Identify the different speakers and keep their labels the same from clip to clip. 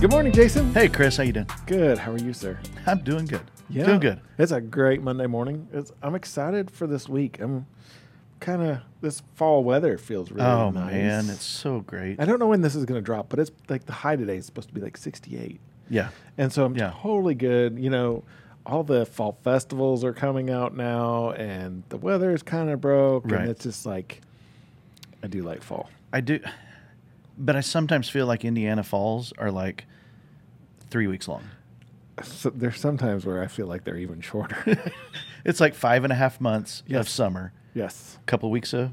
Speaker 1: Good morning, Jason.
Speaker 2: Hey, Chris, how you doing?
Speaker 1: Good. How are you, sir?
Speaker 2: I'm doing good. Doing good.
Speaker 1: It's a great Monday morning. It's, I'm excited for this week. I'm kind of this fall weather feels really
Speaker 2: oh
Speaker 1: nice.
Speaker 2: man, it's so great.
Speaker 1: I don't know when this is going to drop, but it's like the high today is supposed to be like 68.
Speaker 2: Yeah.
Speaker 1: And so I'm
Speaker 2: Yeah.
Speaker 1: totally good. You know, all the fall festivals are coming out now and the weather is kind of broke
Speaker 2: Right.
Speaker 1: and it's just like I do like fall.
Speaker 2: I do but I sometimes feel like Indiana Falls are like three weeks long.
Speaker 1: So there's sometimes where I feel like they're even shorter.
Speaker 2: It's like five and a half months
Speaker 1: Yes.
Speaker 2: of summer,
Speaker 1: yes.
Speaker 2: couple weeks of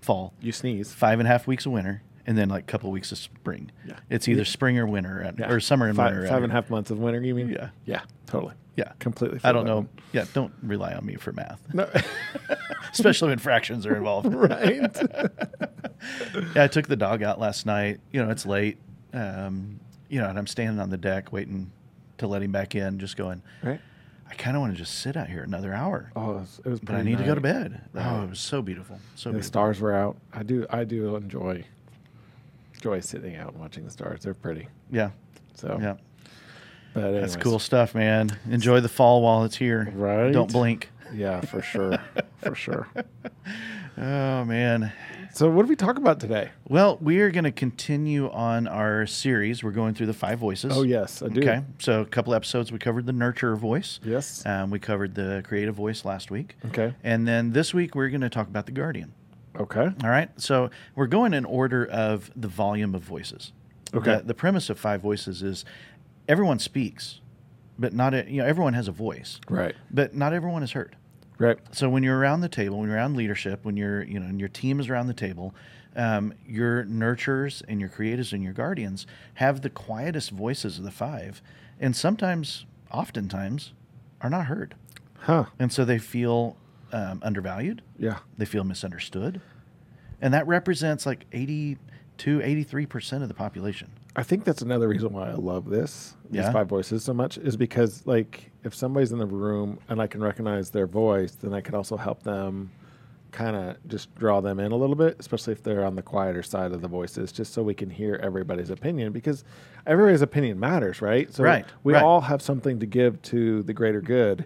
Speaker 2: fall,
Speaker 1: You sneeze.
Speaker 2: five and a half weeks of winter, and then like couple weeks of spring.
Speaker 1: Yeah.
Speaker 2: It's either spring or winter at-
Speaker 1: Yeah.
Speaker 2: or summer and
Speaker 1: Fi-
Speaker 2: winter.
Speaker 1: Five
Speaker 2: at-
Speaker 1: and a half months of winter, you mean?
Speaker 2: Yeah.
Speaker 1: Yeah, totally.
Speaker 2: Yeah.
Speaker 1: Completely. feel
Speaker 2: I don't
Speaker 1: that
Speaker 2: know.
Speaker 1: one.
Speaker 2: Yeah, don't rely on me for math.
Speaker 1: No.
Speaker 2: Especially when fractions are involved.
Speaker 1: right.
Speaker 2: Yeah, I took the dog out last night. You know, it's late. Um, you know, and I'm standing on the deck waiting to let him back in, just going,
Speaker 1: right.
Speaker 2: I kind of want to just sit out here another hour,
Speaker 1: Oh, it was, it was
Speaker 2: but I
Speaker 1: pretty
Speaker 2: need to go to
Speaker 1: nice.
Speaker 2: bed. Oh, it was so beautiful. So
Speaker 1: The
Speaker 2: beautiful.
Speaker 1: stars were out. I do. I do enjoy enjoy sitting out and watching the stars. They're pretty.
Speaker 2: Yeah.
Speaker 1: So
Speaker 2: Yeah.
Speaker 1: But
Speaker 2: That's
Speaker 1: anyways.
Speaker 2: cool stuff, man. Enjoy the fall while it's here.
Speaker 1: Right?
Speaker 2: Don't blink.
Speaker 1: Yeah, for sure. for sure.
Speaker 2: Oh, man.
Speaker 1: So what did we talk about today?
Speaker 2: Well, we are going to continue on our series. We're going through the five voices.
Speaker 1: Oh yes, I do.
Speaker 2: Okay. So, a couple episodes we covered the nurturer voice.
Speaker 1: Yes.
Speaker 2: Um, we covered the creative voice last week.
Speaker 1: Okay.
Speaker 2: And then this week we're going to talk about the guardian.
Speaker 1: Okay.
Speaker 2: All right. So we're going in order of the volume of voices.
Speaker 1: Okay.
Speaker 2: The, the premise of five voices is everyone speaks, but not a, you know everyone has a voice,
Speaker 1: Right.
Speaker 2: but not everyone is heard.
Speaker 1: Right.
Speaker 2: So when you're around the table, when you're around leadership, when you're you know and your team is around the table, um, your nurturers and your creatives and your guardians have the quietest voices of the five, and sometimes, oftentimes, are not heard,
Speaker 1: Huh.
Speaker 2: and so they feel um, undervalued
Speaker 1: Yeah.
Speaker 2: they feel misunderstood and that represents like 82 83% of the population
Speaker 1: I think that's another reason why I love this these
Speaker 2: Yeah.
Speaker 1: five voices so much is because like if somebody's in the room and I can recognize their voice, then I can also help them kind of just draw them in a little bit, especially if they're on the quieter side of the voices, just so we can hear everybody's opinion because everybody's opinion matters, right? So
Speaker 2: Right,
Speaker 1: we
Speaker 2: right.
Speaker 1: all have something to give to the greater good.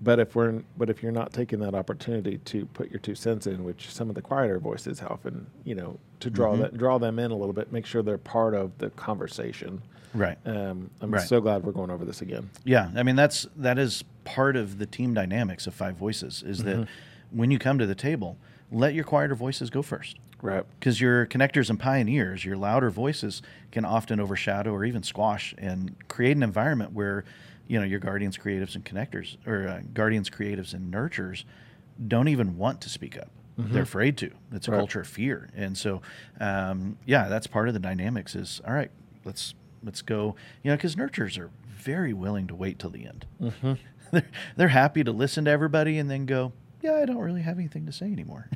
Speaker 1: But if we're but if you're not taking that opportunity to put your two cents in, which some of the quieter voices often, you know, to draw that draw them in a little bit, make sure they're part of the conversation.
Speaker 2: right
Speaker 1: Um, I'm
Speaker 2: Right.
Speaker 1: so glad we're going over this again.
Speaker 2: yeah i mean that's that is part of the team dynamics of five voices is that when you come to the table let your quieter voices go first
Speaker 1: Right.
Speaker 2: because your connectors and pioneers your louder voices can often overshadow or even squash and create an environment where you know your guardians creatives and connectors or uh, guardians creatives and nurturers don't even want to speak up they're afraid to it's a
Speaker 1: Right.
Speaker 2: culture of fear and so um, yeah that's part of the dynamics is all right let's let's go you know because nurturers are very willing to wait till the end they're, they're happy to listen to everybody and then go yeah i don't really have anything to say anymore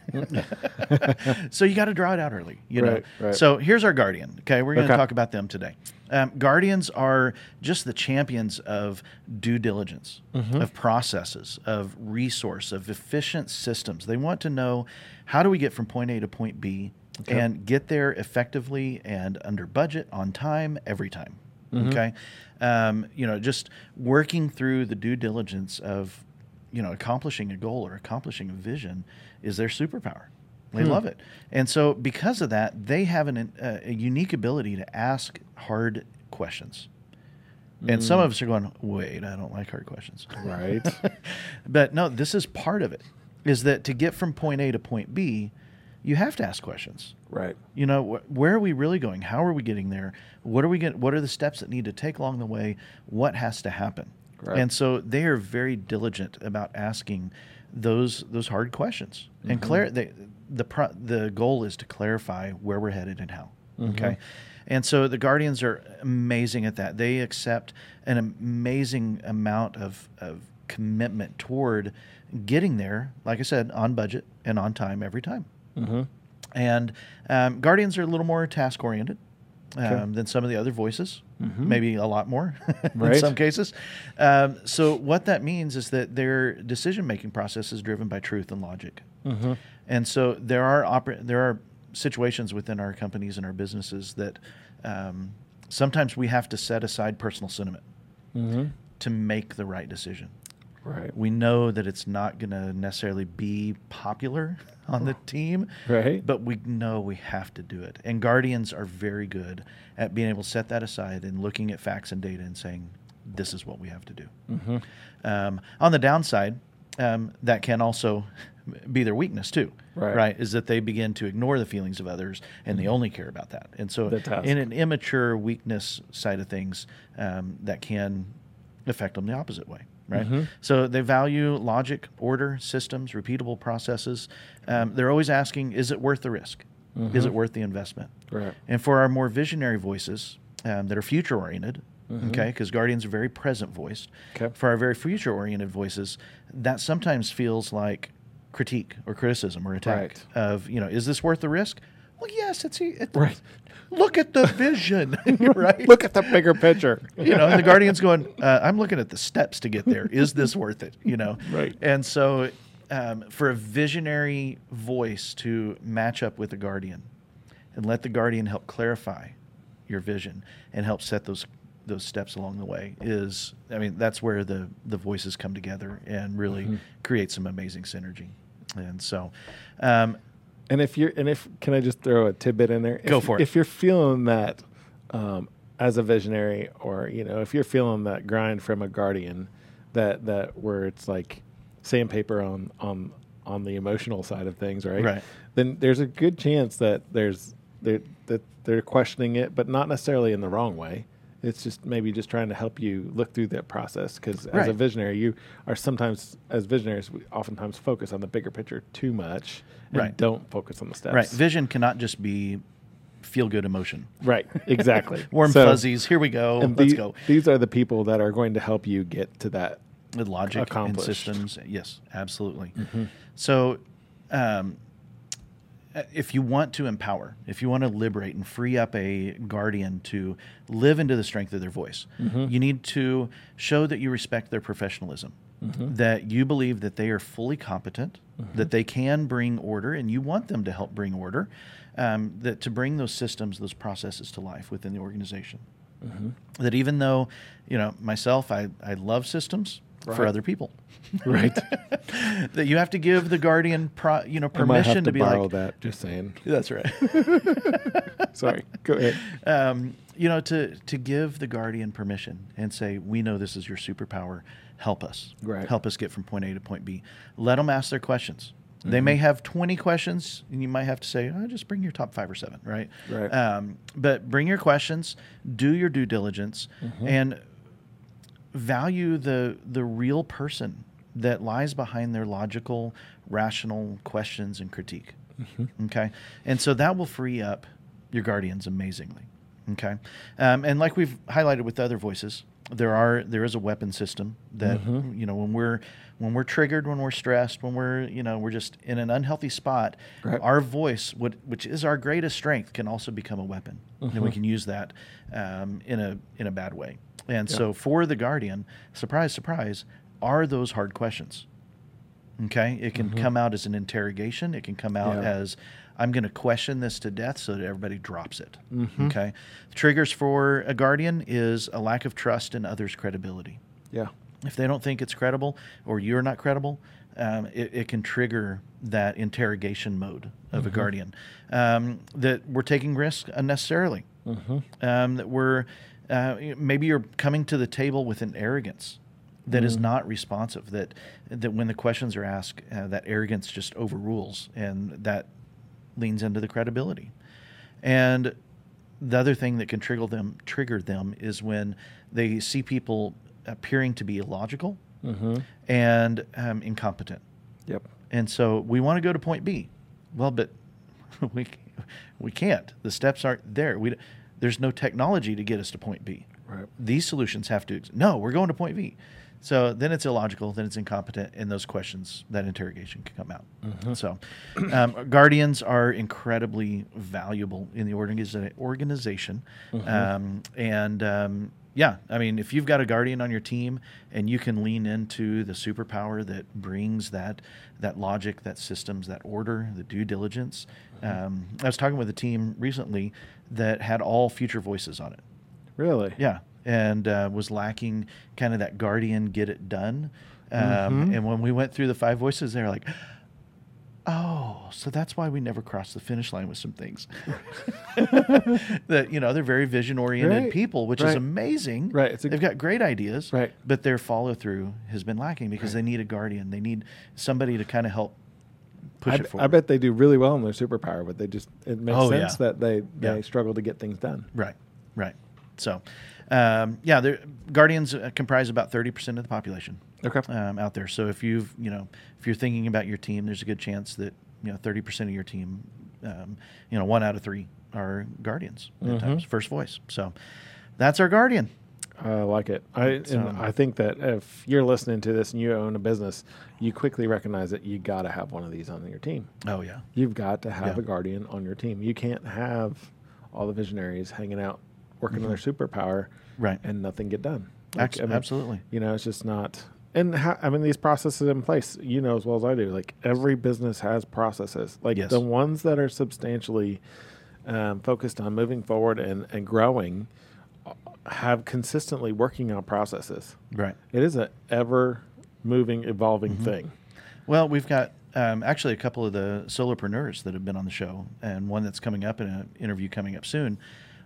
Speaker 2: so you got to draw it out early you
Speaker 1: Right,
Speaker 2: know
Speaker 1: right.
Speaker 2: so here's our guardian okay we're going to
Speaker 1: Okay.
Speaker 2: talk about them today um, guardians are just the champions of due diligence of processes of resource of efficient systems they want to know how do we get from point a to point b and get there effectively and under budget on time every time okay um, you know just working through the due diligence of you know accomplishing a goal or accomplishing a vision is their superpower they love it and so because of that they have an, an, a, a unique ability to ask hard questions and some of us are going wait i don't like hard questions
Speaker 1: Right.
Speaker 2: but no this is part of it is that to get from point a to point b you have to ask questions
Speaker 1: right.
Speaker 2: you know, wh- where are we really going? How are we getting there? What are we get? What are the steps that need to take along the way? What has to happen?
Speaker 1: Right.
Speaker 2: And so they are very diligent about asking those those hard questions. And clar- they, the pro- the goal is to clarify where we're headed and how. Okay. And so the guardians are amazing at that. They accept an amazing amount of, of commitment toward getting there, like I said, on budget and on time every time. And um, Guardians are a little more task oriented um, than some of the other voices, maybe a lot more
Speaker 1: Right.
Speaker 2: in some cases. Um, so, what that means is that their decision making process is driven by truth and logic. And so, there are, oper- there are situations within our companies and our businesses that um, sometimes we have to set aside personal sentiment
Speaker 1: Mm-hmm.
Speaker 2: to make the right decision.
Speaker 1: Right.
Speaker 2: We know that it's not going to necessarily be popular on the team,
Speaker 1: Right.
Speaker 2: but we know we have to do it. And guardians are very good at being able to set that aside and looking at facts and data and saying, this is what we have to do.
Speaker 1: Mm-hmm.
Speaker 2: Um, on the downside, um, that can also be their weakness too.
Speaker 1: Right. Mm-hmm.
Speaker 2: is that they begin to ignore the feelings of others and they only care about that. And so,
Speaker 1: The task.
Speaker 2: in an immature weakness side of things, um, that can affect them the opposite way. Right.
Speaker 1: Mhm.
Speaker 2: So they value logic, order, systems, repeatable processes. Um, they're always asking, is it worth the risk? Is it worth the investment?
Speaker 1: Mm-hmm. Right.
Speaker 2: And for our more visionary voices um, that are future oriented,
Speaker 1: Mm-hmm.
Speaker 2: okay, because Guardians are very present voiced.
Speaker 1: 'Kay.
Speaker 2: For our very future oriented voices, that sometimes feels like critique or criticism or attack
Speaker 1: Right.
Speaker 2: of, you know, is this worth the risk? Well, yes, it's e, it,
Speaker 1: Right.
Speaker 2: Look at the vision, right?
Speaker 1: Look at the bigger picture.
Speaker 2: you know, and the Guardian's going, uh, I'm looking at the steps to get there. Is this worth it? You know?
Speaker 1: Right.
Speaker 2: And so um, for a visionary voice to match up with the Guardian and let the Guardian help clarify your vision and help set those those steps along the way is I mean, that's where the the voices come together and really
Speaker 1: Mm-hmm.
Speaker 2: create some amazing synergy. And so um,
Speaker 1: And if you're, and if, can I just throw a tidbit in there? If,
Speaker 2: Go for it.
Speaker 1: If you're feeling that um, as a visionary, or you know, if you're feeling that grind from a guardian, that that where it's like sandpaper on on on the emotional side of things, right?
Speaker 2: Right.
Speaker 1: Then there's a good chance that there's they're that they're questioning it, but not necessarily in the wrong way. It's just maybe just trying to help you look through that process because as a
Speaker 2: Right.
Speaker 1: visionary, you are sometimes as visionaries we oftentimes focus on the bigger picture too much and
Speaker 2: Right.
Speaker 1: don't focus on the steps.
Speaker 2: right, vision cannot just be feel good emotion.
Speaker 1: Right. Exactly.
Speaker 2: Warm
Speaker 1: So-
Speaker 2: fuzzies, here we go,
Speaker 1: and
Speaker 2: let's
Speaker 1: the-
Speaker 2: go.
Speaker 1: These are the people that are going to help you get to that.
Speaker 2: with logic and
Speaker 1: accomplished. Mm-hmm.
Speaker 2: systems. Yes, absolutely. So, um, uh, if you want to empower, if you want to liberate and free up a guardian to live into the strength of their voice,
Speaker 1: Mm-hmm.
Speaker 2: you need to show that you respect their professionalism,
Speaker 1: Mm-hmm.
Speaker 2: that you believe that they are fully competent, that they can bring order, and you want them to help bring order, um, that to bring those systems, those processes to life within the organization that even though you know myself i, I love systems for
Speaker 1: Right.
Speaker 2: other people
Speaker 1: Right.
Speaker 2: that you have to give the guardian pro, you know
Speaker 1: I might have
Speaker 2: permission
Speaker 1: to,
Speaker 2: to, be
Speaker 1: borrow
Speaker 2: like
Speaker 1: that. Just saying.
Speaker 2: that's right
Speaker 1: Sorry. Go ahead.
Speaker 2: um, you know to to give the guardian permission and say we know this is your superpower help us
Speaker 1: Right.
Speaker 2: help us get from point a to point b let them ask their questions they
Speaker 1: Mm-hmm.
Speaker 2: may have 20 questions and you might have to say oh, just bring your top five or seven right
Speaker 1: Right.
Speaker 2: um, but bring your questions do your due diligence
Speaker 1: Mm-hmm.
Speaker 2: and value the the real person that lies behind their logical, rational questions and critique. Okay, and so that will free up your guardians amazingly. Okay, um, and like we've highlighted with other voices, there are there is a weapon system that you know when we're when we're triggered, when we're stressed, when we're you know we're just in an unhealthy spot,
Speaker 1: Right.
Speaker 2: our voice, what, which is our greatest strength, can also become a weapon, and we can use that um, in a in a bad way. And so, for the guardian, surprise, surprise, are those hard questions? Okay, it can come out as an interrogation. It can come out
Speaker 1: Yeah.
Speaker 2: as I'm going to question this to death so that everybody drops it. Okay, triggers for a guardian is a lack of trust in others' credibility
Speaker 1: Yeah.
Speaker 2: if they don't think it's credible or you're not credible, um, it, it can trigger that interrogation mode of a guardian. Um, that we're taking risks unnecessarily. Um, that we're uh, maybe you're coming to the table with an arrogance that is not responsive. That that when the questions are asked, uh, that arrogance just overrules, and that leans into the credibility. And the other thing that can trigger them trigger them is when they see people appearing to be illogical
Speaker 1: Mm-hmm.
Speaker 2: and um, incompetent.
Speaker 1: Yep.
Speaker 2: And so we want to go to point B. Well, but we we can't. The steps aren't there. We there's no technology to get us to point B.
Speaker 1: Right.
Speaker 2: These solutions have to. ex- No, we're going to point B. So then it's illogical. Then it's incompetent. And those questions, that interrogation can come out. So, um, guardians are incredibly valuable in the organiza- organization. Um, and um, yeah, I mean, if you've got a guardian on your team and you can lean into the superpower that brings that that logic, that systems, that order, the due diligence. Um, I was talking with a team recently that had all future voices on it
Speaker 1: Really?
Speaker 2: Yeah, and uh, was lacking kind of that guardian get it done. Um,
Speaker 1: Mhm.
Speaker 2: And when we went through the five voices, they were like, "Oh, so that's why we never crossed the finish line with some things." that you know they're very vision oriented
Speaker 1: Right,
Speaker 2: people, which is
Speaker 1: right.
Speaker 2: amazing.
Speaker 1: Right, it's a-
Speaker 2: They've got great ideas,
Speaker 1: Right.
Speaker 2: But their follow through has been lacking because they need a guardian. They need somebody to kind of help push
Speaker 1: I,
Speaker 2: it
Speaker 1: b-
Speaker 2: forward.
Speaker 1: I bet they do really well in their superpower, but they just it makes
Speaker 2: Oh,
Speaker 1: sense
Speaker 2: yeah.
Speaker 1: that they they
Speaker 2: Yeah.
Speaker 1: struggle to get things done.
Speaker 2: Right, right. So, um, yeah, there- guardians uh, comprise about thirty percent of the population
Speaker 1: Okay.
Speaker 2: um, out there. So if you've you know if you're thinking about your team, there's a good chance that you know thirty percent of your team, um, you know one out of three are guardians at
Speaker 1: Mhm.
Speaker 2: times, first voice. So that's our guardian.
Speaker 1: I like it. I
Speaker 2: So-
Speaker 1: and I think that if you're listening to this and you own a business, you quickly recognize that you got to have one of these on your team.
Speaker 2: Oh yeah,
Speaker 1: You've got to have a
Speaker 2: Yeah.
Speaker 1: guardian on your team. You can't have all the visionaries hanging out working on their
Speaker 2: Mm-hmm.
Speaker 1: superpower
Speaker 2: right.
Speaker 1: and nothing get done.
Speaker 2: Ac-
Speaker 1: I mean,
Speaker 2: absolutely.
Speaker 1: You know, it's just not. And how, I mean, these processes in place, you know as well as I do. Like every business has processes. Like
Speaker 2: Yes.
Speaker 1: the ones that are substantially um, focused on moving forward and, and growing uh, have consistently working on processes.
Speaker 2: Right.
Speaker 1: It is an ever moving, evolving
Speaker 2: Mm-hmm.
Speaker 1: thing.
Speaker 2: Well, we've got um, actually a couple of the solopreneurs that have been on the show, and one that's coming up in an interview coming up soon,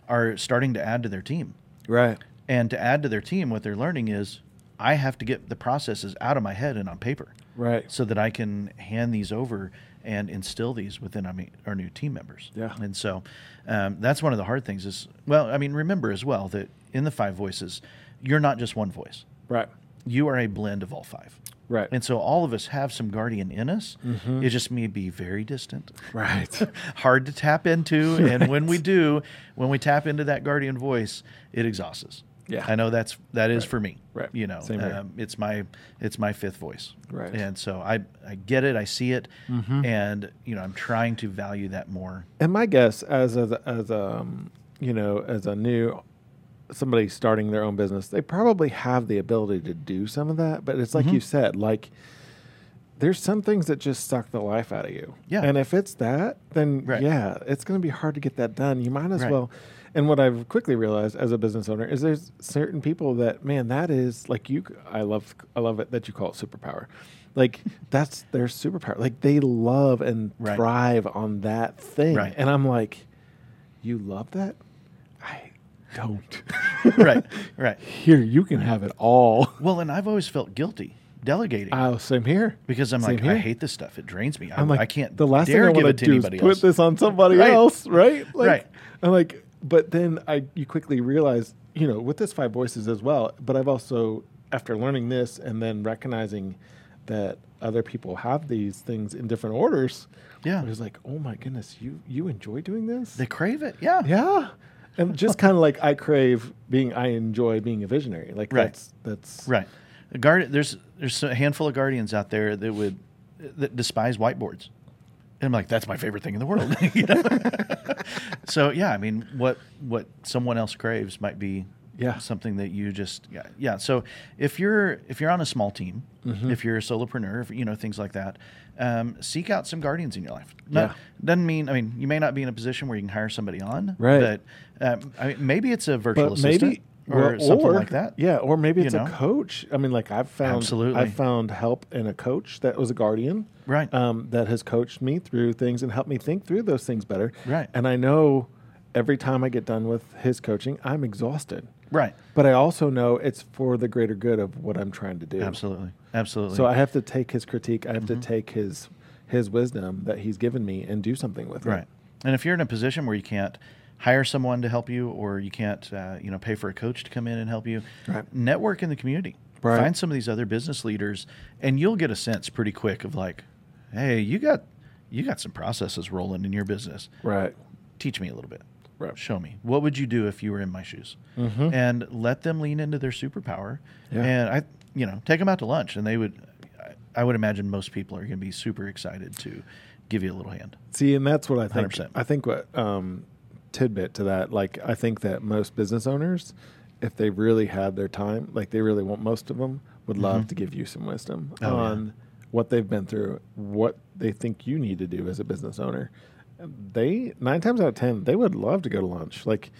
Speaker 2: are starting to add to their team.
Speaker 1: Right.
Speaker 2: And to add to their team, what they're learning is I have to get the processes out of my head and on paper
Speaker 1: Right.
Speaker 2: so that I can hand these over and instill these within our me- our new team members.
Speaker 1: Yeah.
Speaker 2: And so um, that's one of the hard things is, well, I mean, remember as well that in the five voices, you're not just one voice,
Speaker 1: Right.
Speaker 2: you are a blend of all five.
Speaker 1: Right.
Speaker 2: And so all of us have some guardian in us. It just may be very distant,
Speaker 1: right.
Speaker 2: hard to tap into. And when we do, when we tap into that guardian voice, it exhausts us.
Speaker 1: Yeah.
Speaker 2: I know that's that is for me.
Speaker 1: Right.
Speaker 2: You know, um,
Speaker 1: Same here.
Speaker 2: it's my it's my fifth voice.
Speaker 1: Right. Mm-hmm.
Speaker 2: And so I I get it, I see it, and you know I'm trying to value that more.
Speaker 1: And my guess, as as as um, you know, as a new somebody starting their own business, they probably have the ability to do some of that. But it's
Speaker 2: Mm-hmm.
Speaker 1: like you said, like there's some things that just suck the life out of you.
Speaker 2: Yeah.
Speaker 1: And if it's that, then
Speaker 2: Right.
Speaker 1: yeah, it's going to be hard to get that done. You might as
Speaker 2: Right.
Speaker 1: well. And what I've quickly realized as a business owner is there's certain people that man, that is like you. I love I love it that you call it superpower. Like that's their superpower. Like they love and
Speaker 2: Right.
Speaker 1: thrive on that thing.
Speaker 2: Right.
Speaker 1: And I'm like, you love that? I don't.
Speaker 2: right. Right.
Speaker 1: Here, you can have it all.
Speaker 2: Well, and I've always felt guilty delegating.
Speaker 1: Oh, same here.
Speaker 2: because I'm
Speaker 1: same
Speaker 2: like, I
Speaker 1: here.
Speaker 2: hate this stuff. It drains me. i
Speaker 1: I'm like,
Speaker 2: I can't.
Speaker 1: The last
Speaker 2: dare
Speaker 1: thing I
Speaker 2: give
Speaker 1: want
Speaker 2: it
Speaker 1: to
Speaker 2: to
Speaker 1: do is
Speaker 2: anybody
Speaker 1: put
Speaker 2: else.
Speaker 1: this on somebody
Speaker 2: Right.
Speaker 1: else, right? Like,
Speaker 2: Right.
Speaker 1: I'm like, but then I, you quickly realize, you know, with this five voices as well. But I've also, after learning this and then recognizing that other people have these things in different orders,
Speaker 2: Yeah.
Speaker 1: I was like, oh my goodness, you you enjoy doing this?
Speaker 2: They crave it. Yeah.
Speaker 1: Yeah. And just kind of like I crave being, I enjoy being a visionary. Like
Speaker 2: Right.
Speaker 1: that's, that's,
Speaker 2: Right. The guard. There's there's a handful of guardians out there that would that despise whiteboards. And I'm like, that's my favorite thing in the world. you know? so yeah, I mean, what what someone else craves might be
Speaker 1: Yeah.
Speaker 2: something that you just yeah, yeah. So if you're if you're on a small team,
Speaker 1: Mm-hmm.
Speaker 2: if you're a solopreneur, if, you know things like that, um, seek out some guardians in your life. Not-
Speaker 1: Yeah.
Speaker 2: doesn't mean I mean you may not be in a position where you can hire somebody on,
Speaker 1: Right.
Speaker 2: But um, I mean, maybe it's a virtual
Speaker 1: but
Speaker 2: assistant
Speaker 1: maybe,
Speaker 2: or something like that.
Speaker 1: Yeah. Or maybe
Speaker 2: You
Speaker 1: it's
Speaker 2: know?
Speaker 1: a coach. I mean, like I've found,
Speaker 2: Absolutely.
Speaker 1: I've found help in a coach that was a guardian.
Speaker 2: Right.
Speaker 1: Um, that has coached me through things and helped me think through those things better.
Speaker 2: Right.
Speaker 1: And I know every time I get done with his coaching, I'm exhausted.
Speaker 2: Right.
Speaker 1: But I also know it's for the greater good of what I'm trying to do.
Speaker 2: Absolutely. Absolutely.
Speaker 1: So I have to take his critique. I have to take his his wisdom that he's given me and do something with
Speaker 2: right.
Speaker 1: it.
Speaker 2: And if you're in a position where you can't hire someone to help you, or you can't, uh, you know, pay for a coach to come in and help you,
Speaker 1: Right.
Speaker 2: network in the community.
Speaker 1: Right.
Speaker 2: Find some of these other business leaders, and you'll get a sense pretty quick of like, hey, you got you got some processes rolling in your business.
Speaker 1: Right.
Speaker 2: Teach me a little bit.
Speaker 1: Right. Mm-hmm.
Speaker 2: Show me what would you do if you were in my shoes, and let them lean into their superpower.
Speaker 1: Yeah.
Speaker 2: And I, you know, take them out to lunch, and they would. I- I would imagine most people are going to be super excited to give you a little hand.
Speaker 1: See, and that's what I think.
Speaker 2: 100%.
Speaker 1: I think what um, tidbit to that, like I think that most business owners, if they really had their time, like they really want, most of them would love to give you some wisdom
Speaker 2: Mm-hmm. Oh, yeah.
Speaker 1: on what they've been through, what they think you need to do as a business owner. They nine times out of ten, they would love to go to lunch. Like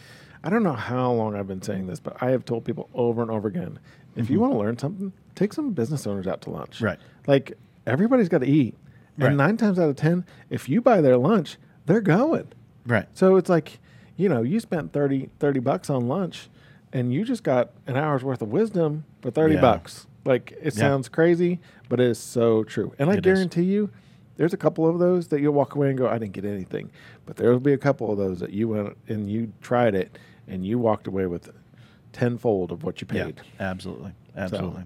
Speaker 1: I don't know how long I've been saying this, but I have told people over and over again if you want to learn something, take some business owners out to lunch.
Speaker 2: Mm-hmm. Right.
Speaker 1: Like everybody's got to eat.
Speaker 2: Right.
Speaker 1: And nine times out of 10, if you buy their lunch, they're going.
Speaker 2: Right.
Speaker 1: So it's like, you know, you spent 30, 30 bucks on lunch and you just got an hour's worth of wisdom for 30
Speaker 2: Yeah.
Speaker 1: bucks. Like it
Speaker 2: Yeah.
Speaker 1: sounds crazy, but it is so true. And I
Speaker 2: It is.
Speaker 1: guarantee you, there's a couple of those that you'll walk away and go, I didn't get anything. But there will be a couple of those that you went and you tried it and you walked away with tenfold of what you
Speaker 2: Yeah.
Speaker 1: paid.
Speaker 2: Absolutely. Absolutely.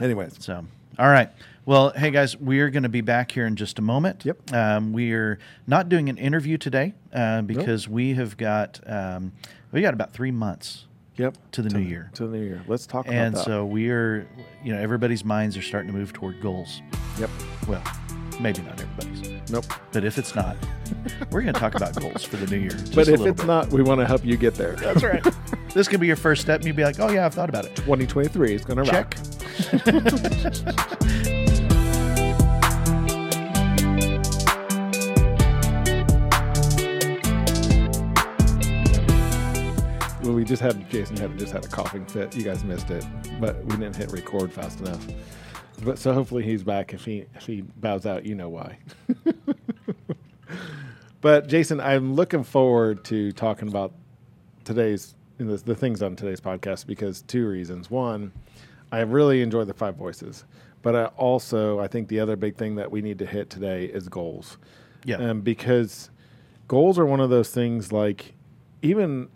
Speaker 1: Anyways,
Speaker 2: So, all right. Well, hey guys, we're going to be back here in just a moment.
Speaker 1: Yep.
Speaker 2: Um, we're not doing an interview today uh, because we have got um, we got about three months
Speaker 1: yep.
Speaker 2: to the new year,
Speaker 1: To the new year. Let's talk
Speaker 2: and
Speaker 1: about that.
Speaker 2: so we are. You know, everybody's minds are starting to move toward goals.
Speaker 1: yep.
Speaker 2: Well, maybe not everybody's,
Speaker 1: Nope.
Speaker 2: but if it's not, we're going to talk about goals for the new year. just
Speaker 1: But
Speaker 2: a
Speaker 1: if
Speaker 2: little
Speaker 1: it's
Speaker 2: bit.
Speaker 1: not, we want to help you get there.
Speaker 2: that's right. this could be your first step, and you'd be like, "Oh yeah, I've thought about it."
Speaker 1: 2023 is going to rock.
Speaker 2: Check.
Speaker 1: Well, we just had Jason had just had a coughing fit. You guys missed it, but we didn't hit record fast enough. But so hopefully he's back. If he if he bows out, you know why. but Jason, I'm looking forward to talking about today's in this, the things on today's podcast because two reasons. One, I really enjoy the five voices, but I also I think the other big thing that we need to hit today is goals.
Speaker 2: Yeah.
Speaker 1: Um, because goals are one of those things like even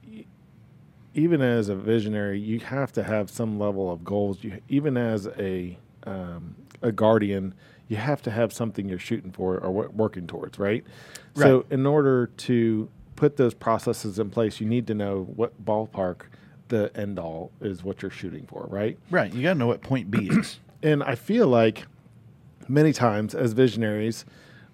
Speaker 1: even as a visionary, you have to have some level of goals. You even as a um, a guardian, you have to have something you're shooting for or wo- working towards, right? So,
Speaker 2: Right.
Speaker 1: in order to put those processes in place, you need to know what ballpark the end all is what you're shooting for, right?
Speaker 2: Right. You got to know what point B is.
Speaker 1: And I feel like many times as visionaries,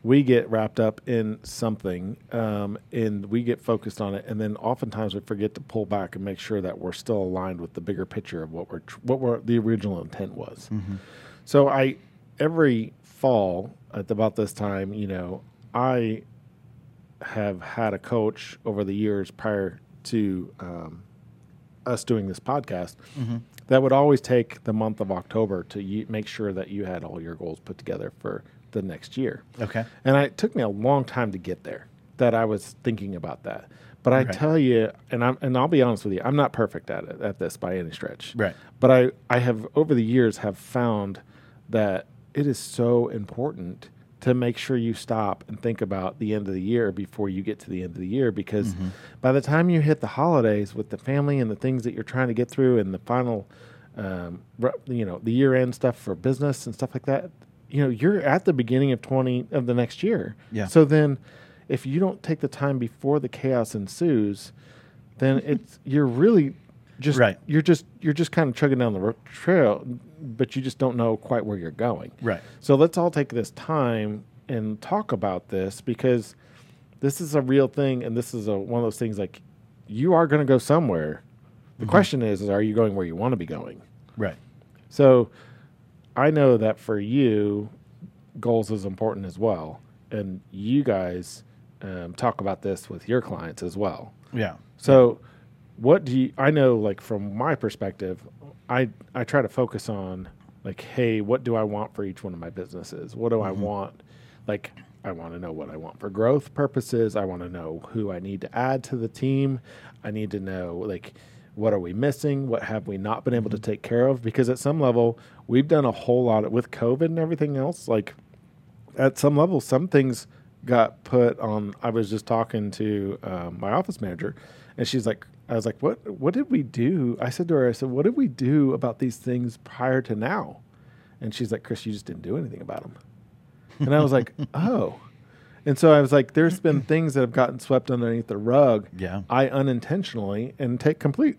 Speaker 1: we get wrapped up in something um, and we get focused on it, and then oftentimes we forget to pull back and make sure that we're still aligned with the bigger picture of what we're tr- what we're, the original intent was. So I every fall at about this time, you know, I have had a coach over the years prior to um, us doing this podcast that would always take the month of October to ye- make sure that you had all your goals put together for the next year.
Speaker 2: Okay.
Speaker 1: And I, it took me a long time to get there that I was thinking about that. But I
Speaker 2: Right.
Speaker 1: tell you, and I'm and I'll be honest with you, I'm not perfect at it at this by any stretch.
Speaker 2: Right.
Speaker 1: But I I have over the years have found that it is so important to make sure you stop and think about the end of the year before you get to the end of the year because
Speaker 2: Mm-hmm.
Speaker 1: by the time you hit the holidays with the family and the things that you're trying to get through and the final um, re- you know the year end stuff for business and stuff like that you know you're at the beginning of 20 of the next year
Speaker 2: Yeah.
Speaker 1: so then if you don't take the time before the chaos ensues then it's you're really just
Speaker 2: Right.
Speaker 1: you're just you're just kind of chugging down the ro- trail but you just don't know quite where you're going
Speaker 2: Right.
Speaker 1: so let's all take this time and talk about this because this is a real thing, and this is a, one of those things like you are going to go somewhere. The question is, is are you going where you want to be going?
Speaker 2: Mm-hmm. Right.
Speaker 1: So I know that for you, goals is important as well, and you guys um, talk about this with your clients as well.
Speaker 2: Yeah.
Speaker 1: So, what do you? I know, like from my perspective, I I try to focus on like, hey, what do I want for each one of my businesses? What do I want? Like, I want to know what I want for growth purposes. I want to know who I need to add to the team. I need to know like. What are we missing? What have we not been able to take care of? Because at some level, we've done a whole lot with COVID and everything else. Like, at some level, some things got put on. I was just talking to um, my office manager, and she's like, "I was like, what? What did we do?" I said to her, "I said, what did we do about these things prior to now?" And she's like, "Chris, you just didn't do anything about them." And I was like, "Oh." And so I was like, "There's been things that have gotten swept underneath the rug."
Speaker 2: Yeah.
Speaker 1: I unintentionally and take complete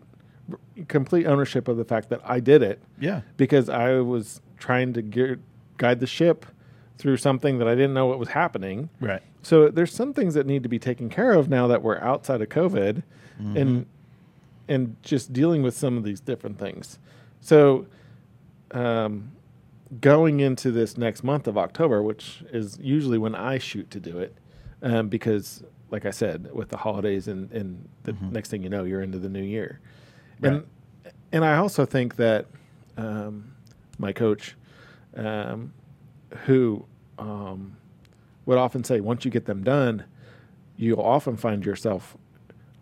Speaker 1: complete ownership of the fact that I did it
Speaker 2: Yeah.
Speaker 1: because I was trying to gear, guide the ship through something that I didn't know what was happening.
Speaker 2: Right.
Speaker 1: So there's some things that need to be taken care of now that we're outside of COVID, and and just dealing with some of these different things. So, um, going into this next month of October, which is usually when I shoot to do it, um, because like I said, with the holidays and and the next thing you know, you're into the new year.
Speaker 2: Right.
Speaker 1: And and I also think that um, my coach, um, who um, would often say, once you get them done, you'll often find yourself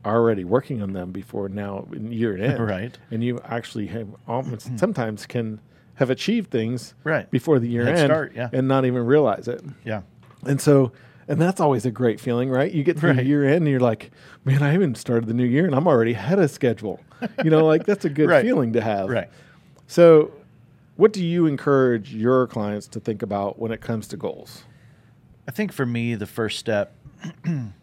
Speaker 1: already working on them before now year end.
Speaker 2: Right. Mm-hmm.
Speaker 1: And you actually have almost sometimes can have achieved things
Speaker 2: Right.
Speaker 1: before the year
Speaker 2: Head
Speaker 1: end
Speaker 2: start, yeah.
Speaker 1: and not even realize it.
Speaker 2: Yeah.
Speaker 1: And so, and that's always a great feeling, right? You get to the
Speaker 2: Right.
Speaker 1: year end and you're like, man, I haven't started the new year and I'm already ahead of schedule. You know, like that's a good
Speaker 2: Right.
Speaker 1: feeling to have.
Speaker 2: Right.
Speaker 1: So, what do you encourage your clients to think about when it comes to goals?
Speaker 2: I think for me, the first step,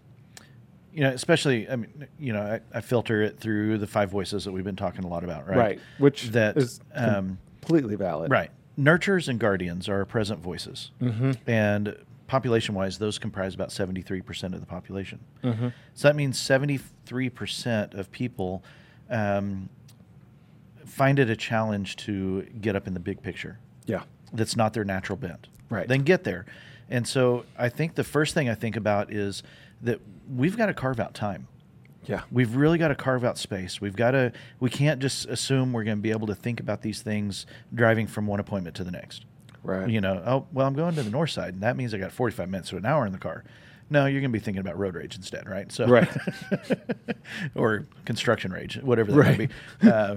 Speaker 2: you know, especially, I mean, you know, I, I filter it through the five voices that we've been talking a lot about, right?
Speaker 1: Which
Speaker 2: that
Speaker 1: is
Speaker 2: um,
Speaker 1: completely valid.
Speaker 2: Right. Nurturers and guardians are our present voices.
Speaker 1: Mm-hmm.
Speaker 2: And population wise, those comprise about 73% of the population. So that means 73% of people um, find it a challenge to get up in the big picture
Speaker 1: Yeah.
Speaker 2: that's not their natural bent.
Speaker 1: Right.
Speaker 2: Then get there. And so I think the first thing I think about is that we've got to carve out time
Speaker 1: Yeah.
Speaker 2: we've really got to carve out space. We've got to we can't just assume we're going to be able to think about these things driving from one appointment to the next.
Speaker 1: Right.
Speaker 2: You know, oh well, I'm going to the north side, and that means I got 45 minutes to an hour in the car. No, you're going to be thinking about road rage instead, right? So,
Speaker 1: Right.
Speaker 2: or construction rage, whatever that
Speaker 1: Right.
Speaker 2: might be,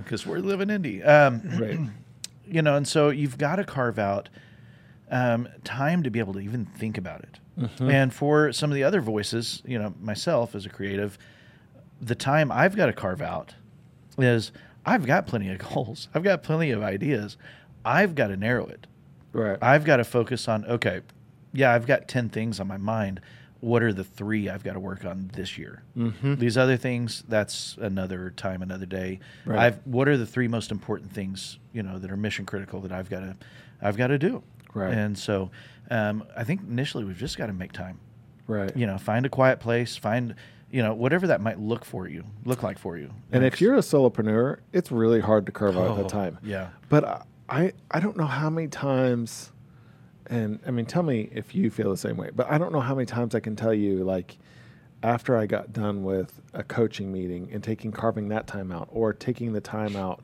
Speaker 2: because we're living indie. Um,
Speaker 1: Right.
Speaker 2: you know, and so you've got to carve out um, time to be able to even think about it. And for some of the other voices, you know, myself as a creative, the time I've got to carve out is I've got plenty of goals, I've got plenty of ideas, I've got to narrow it.
Speaker 1: Right.
Speaker 2: I've got to focus on okay, yeah, I've got ten things on my mind. What are the three I've got to work on this year? Mm-hmm. These other things, that's another time, another day.
Speaker 1: Right.
Speaker 2: I've what are the three most important things you know that are mission critical that I've got to, I've got to do.
Speaker 1: Right.
Speaker 2: And so, um, I think initially we've just got to make time.
Speaker 1: right.
Speaker 2: You know, find a quiet place, find you know whatever that might look for you, look like for you.
Speaker 1: and if you're a solopreneur, it's really hard to carve out the
Speaker 2: Oh,
Speaker 1: time.
Speaker 2: yeah.
Speaker 1: But I- I, I don't know how many times, and I mean, tell me if you feel the same way, but I don't know how many times I can tell you, like, after I got done with a coaching meeting and taking carving that time out or taking the time out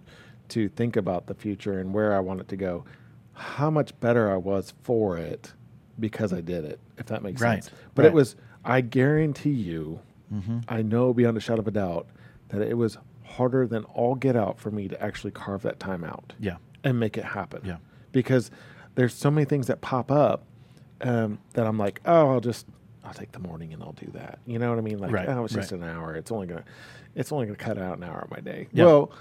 Speaker 1: to think about the future and where I want it to go, how much better I was for it because I did it, if that makes
Speaker 2: Right,
Speaker 1: sense. But it
Speaker 2: right.
Speaker 1: was, I guarantee you,
Speaker 2: Mm-hmm.
Speaker 1: I know beyond a shadow of a doubt that it was harder than all get out for me to actually carve that time out
Speaker 2: yeah,
Speaker 1: and make it happen.
Speaker 2: Yeah.
Speaker 1: Because there's so many things that pop up um, that I'm like, oh, I'll just I'll take the morning and I'll do that. You know what I mean? Like,
Speaker 2: Right,
Speaker 1: oh, it's just
Speaker 2: right.
Speaker 1: an hour. It's only gonna it's only gonna cut out an hour of my day.
Speaker 2: Yeah.
Speaker 1: Well,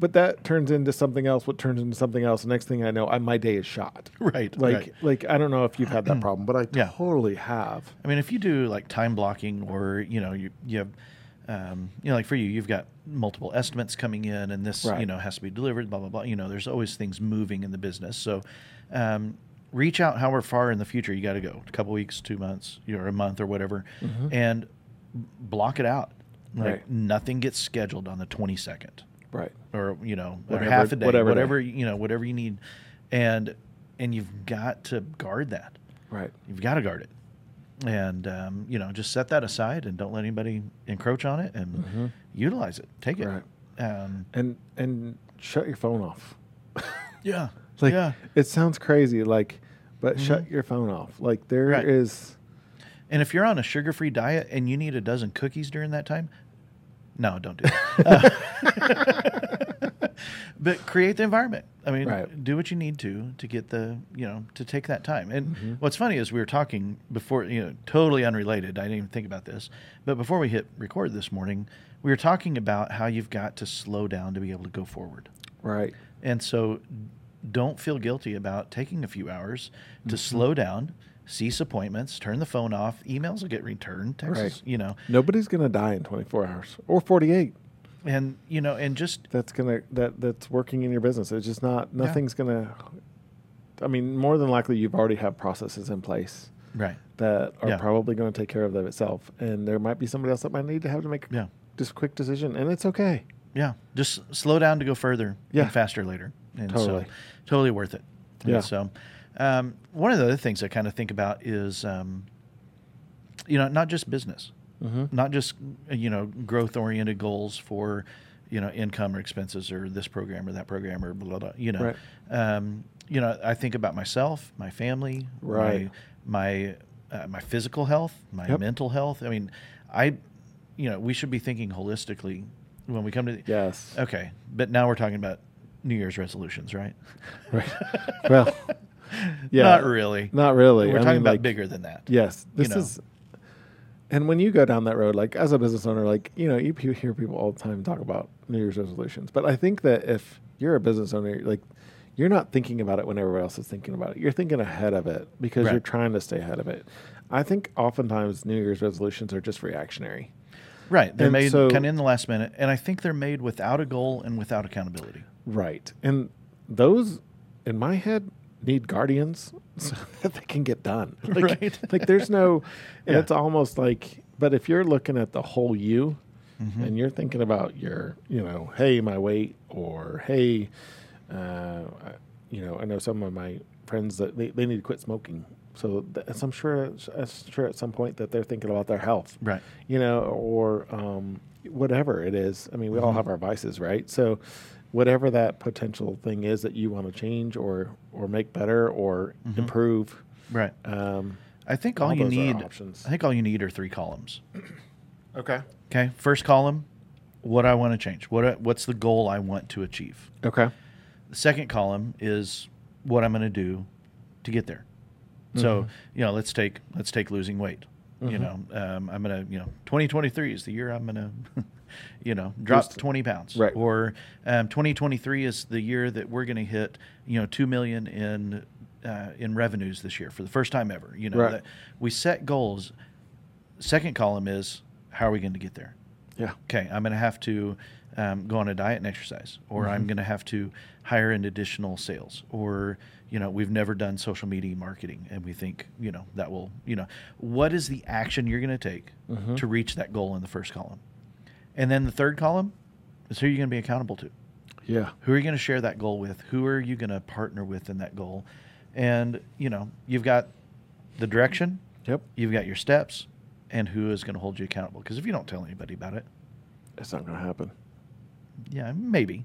Speaker 1: but that turns into something else. What turns into something else? The next thing I know, I, my day is shot.
Speaker 2: right,
Speaker 1: Like,
Speaker 2: right.
Speaker 1: like I don't know if you've had that problem, but I
Speaker 2: Yeah.
Speaker 1: totally have.
Speaker 2: I mean, if you do like time blocking, or you know, you you have, um, you know, like for you, you've got multiple estimates coming in, and this
Speaker 1: Right.
Speaker 2: you know has to be delivered, blah blah blah. You know, there's always things moving in the business, so um, reach out however far in the future you got to go, a couple weeks, two months, you know, or a month or whatever, and block it out. Like
Speaker 1: Mm-hmm. Right.
Speaker 2: nothing gets scheduled on the 22nd
Speaker 1: Right.
Speaker 2: or you know or
Speaker 1: Whatever-
Speaker 2: half a day,
Speaker 1: whatever
Speaker 2: whatever,
Speaker 1: day.
Speaker 2: you know, whatever you need, and and you've got to guard that
Speaker 1: Right.
Speaker 2: you've got to guard it and um, you know just set that aside and don't let anybody encroach on it and utilize it take it
Speaker 1: Mm-hmm. Right.
Speaker 2: um,
Speaker 1: And and shut your phone off.
Speaker 2: yeah
Speaker 1: Like
Speaker 2: yeah Mm-hmm.
Speaker 1: it sounds crazy, like, but shut your phone off. Like there is.
Speaker 2: Right. and if you're on a sugar-free diet and you need a dozen cookies during that time no don't do that Uh, but create the environment i mean
Speaker 1: Right.
Speaker 2: do what you need to to get the you know to take that time and what's funny is we were talking before you know totally unrelated i didn't even think about this but before we hit record this morning we were talking about how you've got to slow down to be able to go forward
Speaker 1: Right.
Speaker 2: And so don't feel guilty about taking a few hours
Speaker 1: Mm-hmm.
Speaker 2: to slow down, cease appointments, turn the phone off, emails will get returned, texts,
Speaker 1: Right.
Speaker 2: you know.
Speaker 1: Nobody's gonna die in 24 hours or 48.
Speaker 2: And you know, and just
Speaker 1: That's gonna that that's working in your business. It's just not nothing's gonna. I mean, more than likely, you've already have processes in place
Speaker 2: right.
Speaker 1: that are
Speaker 2: Yeah.
Speaker 1: probably going to take care of them itself, and there might be somebody else that might need to have to make
Speaker 2: Yeah.
Speaker 1: just a quick decision, and it's okay.
Speaker 2: Yeah. Just slow down to go further
Speaker 1: Yeah.
Speaker 2: and faster later. And
Speaker 1: Totally.
Speaker 2: so totally worth it. And
Speaker 1: Yeah.
Speaker 2: so um, one of the other things I kind of think about is um, you know, not just business.
Speaker 1: Mm-hmm.
Speaker 2: not just you know growth oriented goals for you know income or expenses or this program or that program or blah blah. You know,
Speaker 1: Right.
Speaker 2: um, you know I think about myself, my family,
Speaker 1: Right.
Speaker 2: my my, uh, my physical health, my
Speaker 1: Yep.
Speaker 2: mental health. I mean, I you know we should be thinking holistically when we come to the,
Speaker 1: Yes.
Speaker 2: Okay, but now we're talking about New Year's resolutions, right?
Speaker 1: Right. Well, yeah.
Speaker 2: Not really.
Speaker 1: Not really.
Speaker 2: We're
Speaker 1: I
Speaker 2: talking
Speaker 1: mean,
Speaker 2: about
Speaker 1: like,
Speaker 2: bigger than that.
Speaker 1: Yes, this
Speaker 2: know.
Speaker 1: is. And when you go down that road, like as a business owner, like you know, you pe- hear people all the time talk about New Year's resolutions. But I think that if you're a business owner, like you're not thinking about it when everybody else is thinking about it. You're thinking ahead of it because
Speaker 2: Right.
Speaker 1: you're trying to stay ahead of it. I think oftentimes New Year's resolutions are just reactionary.
Speaker 2: Right. They're
Speaker 1: And
Speaker 2: made
Speaker 1: so-
Speaker 2: kind of in the last minute. And I think they're made without a goal and without accountability.
Speaker 1: Right. And those, in my head, need guardians so that they can get done. Like,
Speaker 2: Right.
Speaker 1: like there's no, and
Speaker 2: Yeah.
Speaker 1: it's almost like, but if you're looking at the whole you
Speaker 2: Mm-hmm.
Speaker 1: and you're thinking about your, you know, hey, my weight, or hey, uh, I- you know, I know some of my friends that they, they need to quit smoking. So th- so I'm sure, I'm sure at some point that they're thinking about their health
Speaker 2: Right.
Speaker 1: you know, or um, whatever it is. I mean, we
Speaker 2: Mm-hmm.
Speaker 1: all have our vices, right? So, whatever that potential thing is that you want to change or or make better or improve,
Speaker 2: Right.
Speaker 1: um,
Speaker 2: I think all,
Speaker 1: all,
Speaker 2: Mm-hmm. you
Speaker 1: those
Speaker 2: need
Speaker 1: are options.
Speaker 2: I think all you need are three columns.
Speaker 1: Okay.
Speaker 2: Okay? First column, what I want to change. What I- what's the goal I want to achieve?
Speaker 1: Okay.
Speaker 2: The second column is what I'm going to do to get there. So,
Speaker 1: Mm-hmm.
Speaker 2: you know, let's take let's take losing weight. You know, um, I'm gonna you know 2023 is the year I'm gonna, you know, drop
Speaker 1: Just-
Speaker 2: 20 pounds.
Speaker 1: right.
Speaker 2: Or um, 2023 is the year that we're gonna hit you know two million in uh, in revenues this year for the first time ever. You know,
Speaker 1: Right.
Speaker 2: that we set goals. Second column is how are we going to get there?
Speaker 1: Yeah.
Speaker 2: okay, I'm going to have to um, go on a diet and exercise, or I'm going to have to hire in additional sales, or you know, we've never done social media marketing, and we think you know that will you know what is the action you're going to take
Speaker 1: Mm-hmm.
Speaker 2: to reach that goal in the first column, and then the third column is who you're going to be accountable to.
Speaker 1: Yeah.
Speaker 2: Who are you going to share that goal with? Who are you going to partner with in that goal? And you know, you've got the direction,
Speaker 1: Yep.
Speaker 2: you've got your steps, and who is going to hold you accountable? Because if you don't tell anybody about it,
Speaker 1: It's not going to happen.
Speaker 2: yeah, maybe.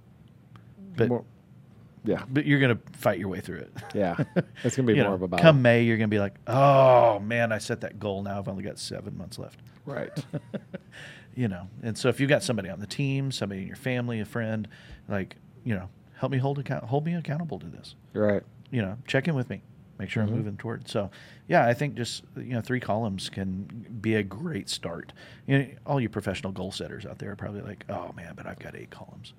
Speaker 2: But
Speaker 1: More- yeah.
Speaker 2: but you're gonna fight your way through it.
Speaker 1: Yeah. It's going to be
Speaker 2: You
Speaker 1: more
Speaker 2: know,
Speaker 1: of a battle.
Speaker 2: come May, you're gonna be like, oh man, I set that goal. Now I've only got seven months left.
Speaker 1: Right.
Speaker 2: You know, and so if you've got somebody on the team, somebody in your family, a friend, like you know, help me hold account, hold me accountable to this.
Speaker 1: right.
Speaker 2: You know, check in with me, make sure
Speaker 1: Mm-hmm.
Speaker 2: I'm moving toward. So, yeah, I think just you know, three columns can be a great start. You know, all you professional goal setters out there are probably like, oh man, but I've got eight columns.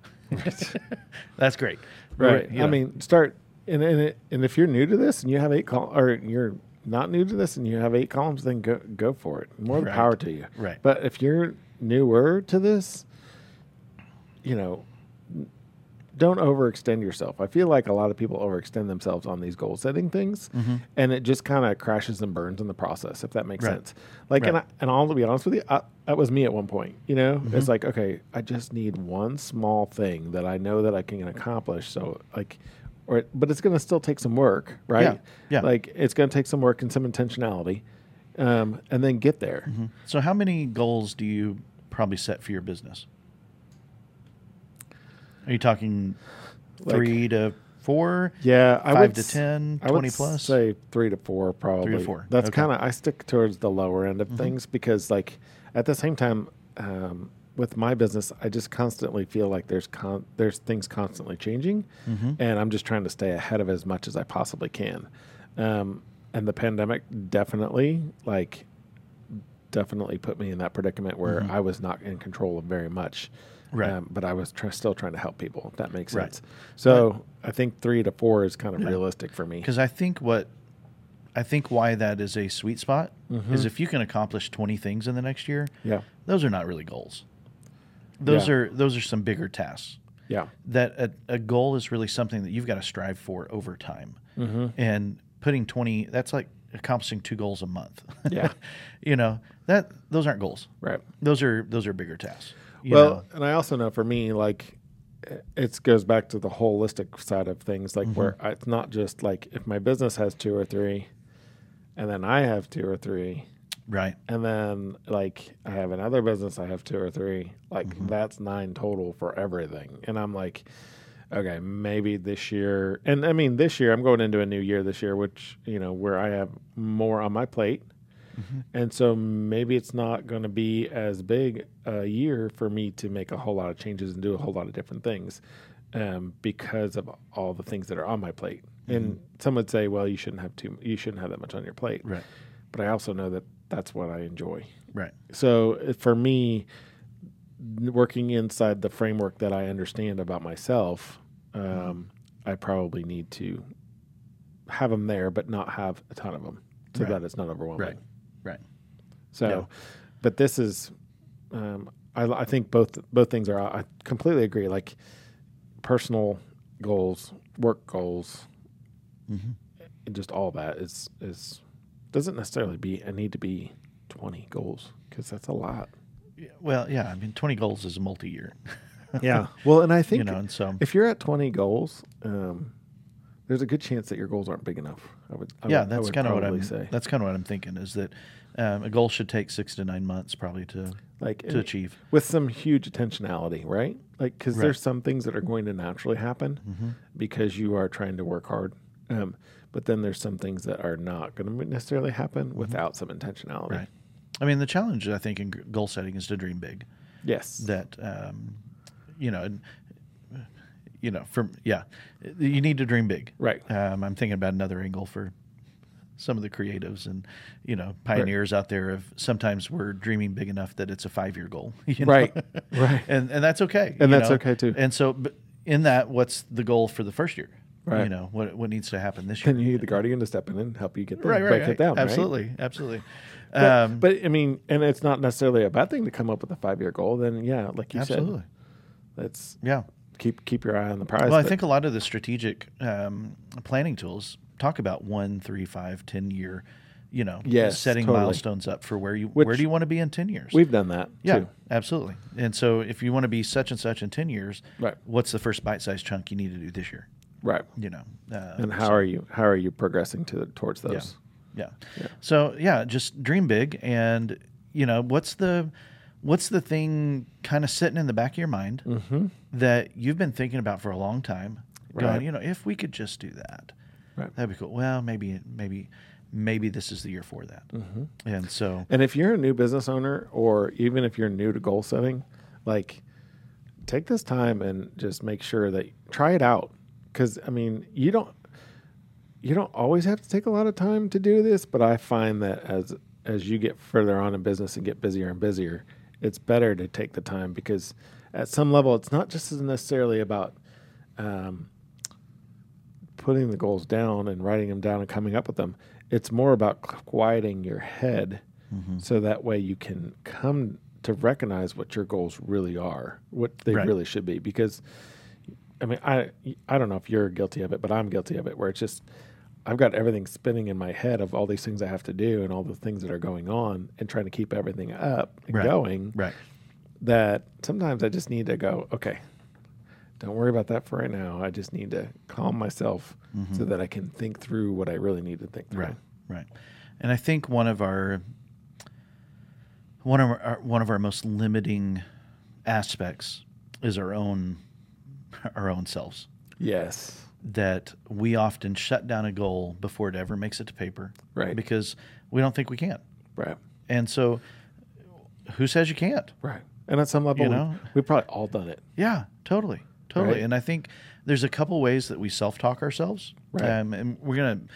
Speaker 2: That's great.
Speaker 1: Right.
Speaker 2: You
Speaker 1: I
Speaker 2: know.
Speaker 1: mean, start and and it, and if you're new to this and you have eight col or you're not new to this and you have eight columns, then go go for it. More
Speaker 2: Right.
Speaker 1: power to you.
Speaker 2: Right.
Speaker 1: But if you're newer to this, you know, n- don't overextend yourself. I feel like a lot of people overextend themselves on these goal setting things, and it just kind of crashes and burns in the process. If that makes
Speaker 2: Mm-hmm. Right.
Speaker 1: sense. Like, and I,
Speaker 2: Right. Mm-hmm.
Speaker 1: and I'll be honest with you, I, that was me at one point. You know, it's like, okay, I just need one small thing that I know that I can accomplish. So, like, or but it's going to still take some work, right?
Speaker 2: Yeah.
Speaker 1: Like, it's going to take some work and some intentionality, um, and then get there.
Speaker 2: Mm-hmm. So, how many goals do you probably set for your business? Are you talking
Speaker 1: Like-
Speaker 2: three to four?
Speaker 1: Yeah, I
Speaker 2: Five
Speaker 1: would
Speaker 2: to
Speaker 1: s-
Speaker 2: 10,
Speaker 1: I would
Speaker 2: 20 plus?
Speaker 1: Say three to four, probably.
Speaker 2: four,
Speaker 1: That's
Speaker 2: okay. Mm-hmm.
Speaker 1: kind of I stick towards the lower end of things because, like, at the same time, um, with my business, I just constantly feel like there's con- there's things constantly changing,
Speaker 2: Mm-hmm.
Speaker 1: and I'm just trying to stay ahead of as much as I possibly can. Um, and the pandemic definitely, like, definitely put me in that predicament where I was not in control of very much.
Speaker 2: Mm-hmm.
Speaker 1: um,
Speaker 2: Right.
Speaker 1: but I was tr- still trying to help people, if that makes
Speaker 2: Right.
Speaker 1: sense. So I think three to four is kind of realistic for me.
Speaker 2: Because I think what I think why that is a sweet spot
Speaker 1: Mm-hmm.
Speaker 2: is if you can accomplish twenty things in the next year,
Speaker 1: Yeah.
Speaker 2: those are not really goals. Those
Speaker 1: Yeah.
Speaker 2: are those are some bigger tasks.
Speaker 1: Yeah.
Speaker 2: that a, a goal is really something that you've got to strive for over time.
Speaker 1: Mm-hmm.
Speaker 2: And putting 20, that's like accomplishing two goals a month.
Speaker 1: Yeah.
Speaker 2: you know, that those aren't goals.
Speaker 1: Right.
Speaker 2: Those are those are bigger tasks. you
Speaker 1: well,
Speaker 2: know.
Speaker 1: and I also know for me, like, it goes back to the holistic side of things, like where
Speaker 2: Mm-hmm.
Speaker 1: I, it's not just like if my business has two or three, and then I have two or three,
Speaker 2: Right.
Speaker 1: And then like I have another business, I have two or three. Like that's nine total for everything. And I'm like, okay, maybe this year and I mean this year I'm going into a new year this year, which, you know, where I have more on my plate. And so maybe it's not going to be as big a year for me to make a whole lot of changes and do a whole lot of different things um, because of all the things that are on my plate. And some would say, well, you shouldn't have too, you shouldn't have that much on your plate
Speaker 2: Right.
Speaker 1: but I also know that that's what I enjoy.
Speaker 2: Right.
Speaker 1: So uh, for me, n- working inside the framework that I understand about myself, um, I probably need to have them there, but not have a ton of them so
Speaker 2: Right.
Speaker 1: that it's not overwhelming.
Speaker 2: Right. Right.
Speaker 1: So,
Speaker 2: Yeah.
Speaker 1: but this is, um, I, I think both both things are. I completely agree. Like personal goals, work goals,
Speaker 2: Mhm.
Speaker 1: and just all that is is doesn't necessarily be I need to be twenty goals because that's a lot.
Speaker 2: Yeah, Well, yeah. I mean, 20 goals is a multi-year,
Speaker 1: Yeah. well, and I think
Speaker 2: you know, and so
Speaker 1: if you're at twenty goals, um, there's a good chance that your goals aren't big enough. I would. I
Speaker 2: yeah,
Speaker 1: would, I
Speaker 2: that's
Speaker 1: would
Speaker 2: kind of what
Speaker 1: probably
Speaker 2: I'm.
Speaker 1: say.
Speaker 2: That's kind of what I'm thinking is that um, a goal should take six to nine months probably to
Speaker 1: Like
Speaker 2: to achieve.
Speaker 1: with some huge intentionality, right? Mm-hmm. Like, because there's some things that are going to naturally happen because you are trying to work hard. Um, but then there's some things that are not going to necessarily happen without some intentionality.
Speaker 2: Right. I mean, the challenge I think in g- goal setting is to dream big.
Speaker 1: Yes.
Speaker 2: That um, you know, and, uh, you know, from yeah, you need to dream big.
Speaker 1: right.
Speaker 2: Um, I'm thinking about another angle for some of the creatives and you know pioneers out there. Of sometimes we're dreaming big enough that it's a five year goal. you know?
Speaker 1: Right. Right.
Speaker 2: And and that's okay.
Speaker 1: And
Speaker 2: you
Speaker 1: that's okay, too.
Speaker 2: And so but in that, what's the goal for the first year?
Speaker 1: Right.
Speaker 2: You know what what needs to happen this year.
Speaker 1: Then you need the guardian to step in and help you get there,
Speaker 2: right. Right.
Speaker 1: break
Speaker 2: right.
Speaker 1: it down. right?
Speaker 2: absolutely. Absolutely.
Speaker 1: But,
Speaker 2: um,
Speaker 1: but I mean, and it's not necessarily a bad thing to come up with a five year goal. Then yeah, like you
Speaker 2: absolutely.
Speaker 1: said, let's
Speaker 2: Yeah.
Speaker 1: keep keep your eye on the prize.
Speaker 2: Well, I
Speaker 1: but-
Speaker 2: think a lot of the strategic um, planning tools talk about one, three, five, ten year, you know,
Speaker 1: Yes,
Speaker 2: setting
Speaker 1: totally.
Speaker 2: milestones up for where you
Speaker 1: Which-
Speaker 2: where do you want to be in ten years?
Speaker 1: we've done that
Speaker 2: yeah,
Speaker 1: too.
Speaker 2: absolutely. And so if you want to be such and such in ten years,
Speaker 1: Right.
Speaker 2: what's the first bite sized chunk you need to do this year?
Speaker 1: Right.
Speaker 2: You know, uh,
Speaker 1: And how are you how are you progressing to towards those?
Speaker 2: yeah. So yeah, just dream big, and you know what's the what's the thing kind of sitting in the back of your mind that you've been thinking about for a long time.
Speaker 1: Mm-hmm. Right.
Speaker 2: Going, you know, if we could just do that,
Speaker 1: Right.
Speaker 2: that'd be cool. Well, maybe maybe maybe this is the year for that.
Speaker 1: Mm-hmm.
Speaker 2: And so
Speaker 1: And if you're a new business owner, or even if you're new to goal setting, like take this time and just make sure that try it out. Because I mean, you don't you don't always have to take a lot of time to do this, but I find that as as you get further on in business and get busier and busier, it's better to take the time because at some level, it's not just as necessarily about um, putting the goals down and writing them down and coming up with them. It's more about quieting your head so that way you can come to recognize what your goals really are, what they
Speaker 2: Right.
Speaker 1: really should be. Because, I mean, I I don't know if you're guilty of it, but I'm guilty of it, where it's just I've got everything spinning in my head of all these things I have to do and all the things that are going on and trying to keep everything up and
Speaker 2: Right.
Speaker 1: going
Speaker 2: right,
Speaker 1: that sometimes I just need to go, okay, don't worry about that for right now. I just need to calm myself
Speaker 2: mm-hmm.
Speaker 1: so that I can think through what I really need to think through.
Speaker 2: right, right. And I think one of our one of our one of our most limiting aspects is our own our own selves.
Speaker 1: Yes.
Speaker 2: that we often shut down a goal before it ever makes it to paper.
Speaker 1: Right.
Speaker 2: Because we don't think we can.
Speaker 1: Right.
Speaker 2: And so who says you can't?
Speaker 1: Right. And at some level,
Speaker 2: You
Speaker 1: we-
Speaker 2: know?
Speaker 1: we've, probably all done it.
Speaker 2: Yeah, totally. Totally.
Speaker 1: Right.
Speaker 2: And I think there's a couple ways that we self talk ourselves.
Speaker 1: Right.
Speaker 2: Um, and we're going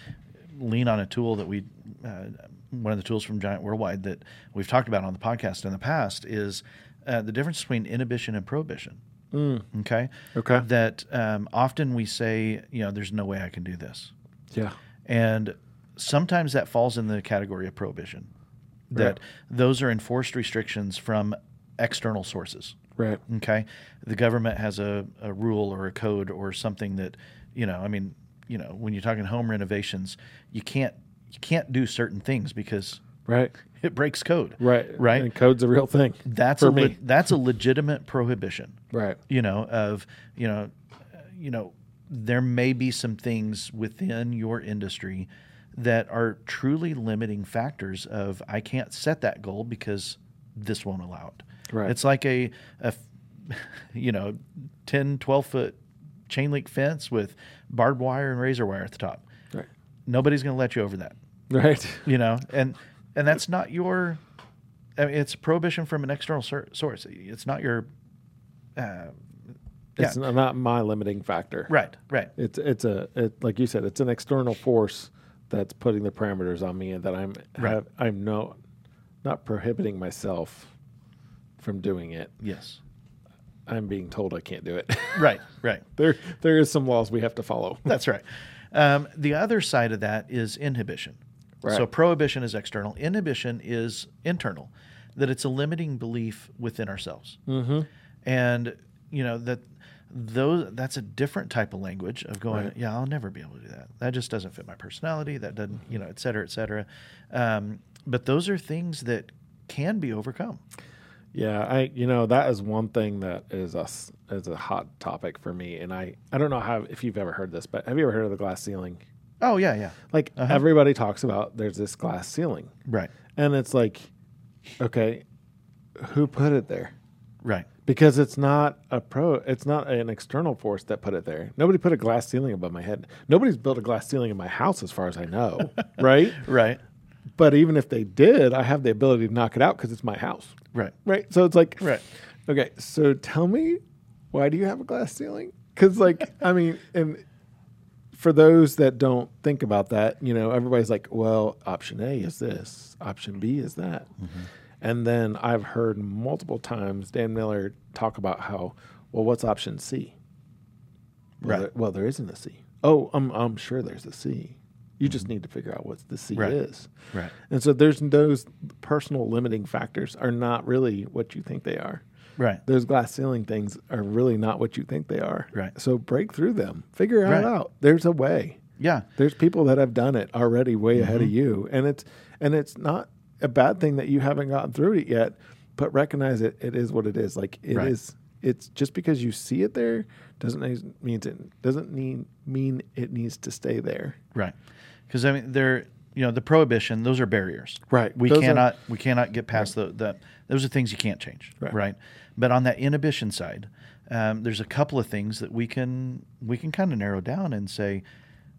Speaker 2: to lean on a tool that we, uh, one of the tools from Giant Worldwide that we've talked about on the podcast in the past is uh, the difference between inhibition and prohibition. Okay.
Speaker 1: Okay.
Speaker 2: That um, often we say, you know, there's no way I can do this.
Speaker 1: Yeah.
Speaker 2: And sometimes that falls in the category of prohibition, that
Speaker 1: Right.
Speaker 2: those are enforced restrictions from external sources.
Speaker 1: Right.
Speaker 2: Okay. The government has a, a rule or a code or something that, you know, I mean, you know, when you're talking home renovations, you can't you can't do certain things because
Speaker 1: Right.
Speaker 2: it breaks code.
Speaker 1: Right.
Speaker 2: Right. Mm.
Speaker 1: And code's a real thing.
Speaker 2: That's
Speaker 1: for
Speaker 2: a
Speaker 1: me.
Speaker 2: le- that's a legitimate prohibition
Speaker 1: right.
Speaker 2: you know of you know uh, you know there may be some things within your industry that are truly limiting factors of I can't set that goal because this won't allow it.
Speaker 1: Right.
Speaker 2: It's like a, a f- you know, 10, 12 foot chain link fence with barbed wire and razor wire at the top.
Speaker 1: Right.
Speaker 2: Nobody's going to let you over that
Speaker 1: Right.
Speaker 2: you know and and that's not your I mean, it's prohibition from an external sur- source it's not your uh,
Speaker 1: It's n- not my limiting factor.
Speaker 2: right right
Speaker 1: It's it's a it, like you said, it's an external force that's putting the parameters on me, and that I'm
Speaker 2: Right.
Speaker 1: have, I'm no not prohibiting myself from doing it.
Speaker 2: yes
Speaker 1: I'm being told I can't do it.
Speaker 2: right right
Speaker 1: there there is some laws we have to follow.
Speaker 2: that's right um, the other side of that is inhibition
Speaker 1: Right.
Speaker 2: so prohibition is external inhibition is internal that it's a limiting belief within ourselves
Speaker 1: Mm-hmm.
Speaker 2: and you know that those that's a different type of language of going
Speaker 1: Right.
Speaker 2: yeah i'll never be able to do that that just doesn't fit my personality that doesn't you know et cetera et cetera um, but those are things that can be overcome
Speaker 1: Yeah, I you know that is one thing that is a s- is a hot topic for me, and I I don't know how if you've ever heard this, but have you ever heard of the glass ceiling?
Speaker 2: oh yeah yeah
Speaker 1: Like everybody talks about, there's this glass ceiling,
Speaker 2: right
Speaker 1: and it's like, okay, who put it there?
Speaker 2: right
Speaker 1: Because it's not a pro, it's not an external force that put it there. Nobody put a glass ceiling above my head. Nobody's built a glass ceiling in my house, as far as I know, right?
Speaker 2: right
Speaker 1: But even if they did, I have the ability to knock it out because it's my house.
Speaker 2: right
Speaker 1: right? So it's like,
Speaker 2: Right.
Speaker 1: Okay, so tell me, why do you have a glass ceiling? Because, like, I mean, and for those that don't think about that, you know, everybody's like, well, option A is this, option B is that.
Speaker 2: Mm-hmm.
Speaker 1: And then I've heard multiple times Dan Miller talk about how, well, what's option C? Well,
Speaker 2: Right.
Speaker 1: there, well there isn't a C. Oh, I'm, I'm sure there's a C. You just need to figure out what the C
Speaker 2: Mm-hmm. Right.
Speaker 1: is.
Speaker 2: right
Speaker 1: And so there's those personal limiting factors are not really what you think they are.
Speaker 2: right
Speaker 1: Those glass ceiling things are really not what you think they are.
Speaker 2: Right.
Speaker 1: So break through them. Figure it
Speaker 2: Right.
Speaker 1: out. There's a way.
Speaker 2: yeah
Speaker 1: There's people that have done it already way
Speaker 2: Mm-hmm.
Speaker 1: ahead of you. And it's and it's not a bad thing that you haven't gotten through it yet, but recognize it it is what it is. Like it is.
Speaker 2: Right.
Speaker 1: it's just because you see it there doesn't means means it doesn't mean mean it needs to stay there.
Speaker 2: right because i mean they're you know the prohibition those are barriers
Speaker 1: Right.
Speaker 2: we
Speaker 1: Those are-
Speaker 2: cannot we cannot get past the, the those are things you can't change
Speaker 1: Right.
Speaker 2: right, but on that inhibition side um, there's a couple of things that we can we can kind of narrow down and say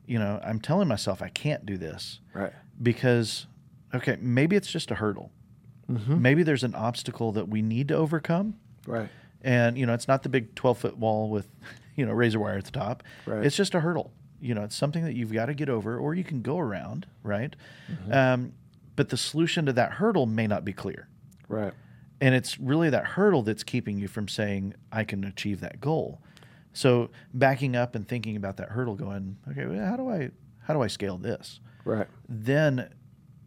Speaker 2: you know i'm telling myself i can't do this
Speaker 1: Right.
Speaker 2: because okay maybe it's just a hurdle
Speaker 1: Mm-hmm.
Speaker 2: maybe there's an obstacle that we need to overcome
Speaker 1: Right.
Speaker 2: and you know it's not the big 12 foot wall with you know razor wire at the top
Speaker 1: Right.
Speaker 2: it's just a hurdle you know it's something that you've got to get over or you can go around right um, but the solution to that hurdle may not be clear
Speaker 1: Right.
Speaker 2: and it's really that hurdle that's keeping you from saying i can achieve that goal so backing up and thinking about that hurdle going okay well, how do i how do i scale this
Speaker 1: Right.
Speaker 2: then